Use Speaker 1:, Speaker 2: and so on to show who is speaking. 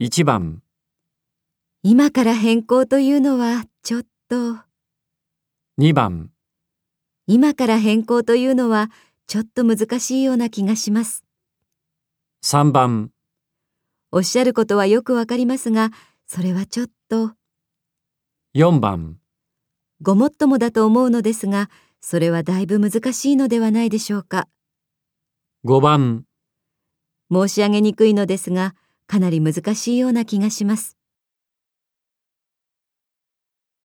Speaker 1: 1番、
Speaker 2: 今から変更というのはちょっと、
Speaker 1: 2番、
Speaker 2: 今から変更というのはちょっと難しいような気がします。
Speaker 1: 3番、
Speaker 2: おっしゃることはよくわかりますが、それはちょっと、
Speaker 1: 4番、
Speaker 2: ごもっともだと思うのですが、それはだいぶ難しいのではないでしょうか。
Speaker 1: 5番。
Speaker 2: 申し上げにくいのですが、かなり難しいような気がします。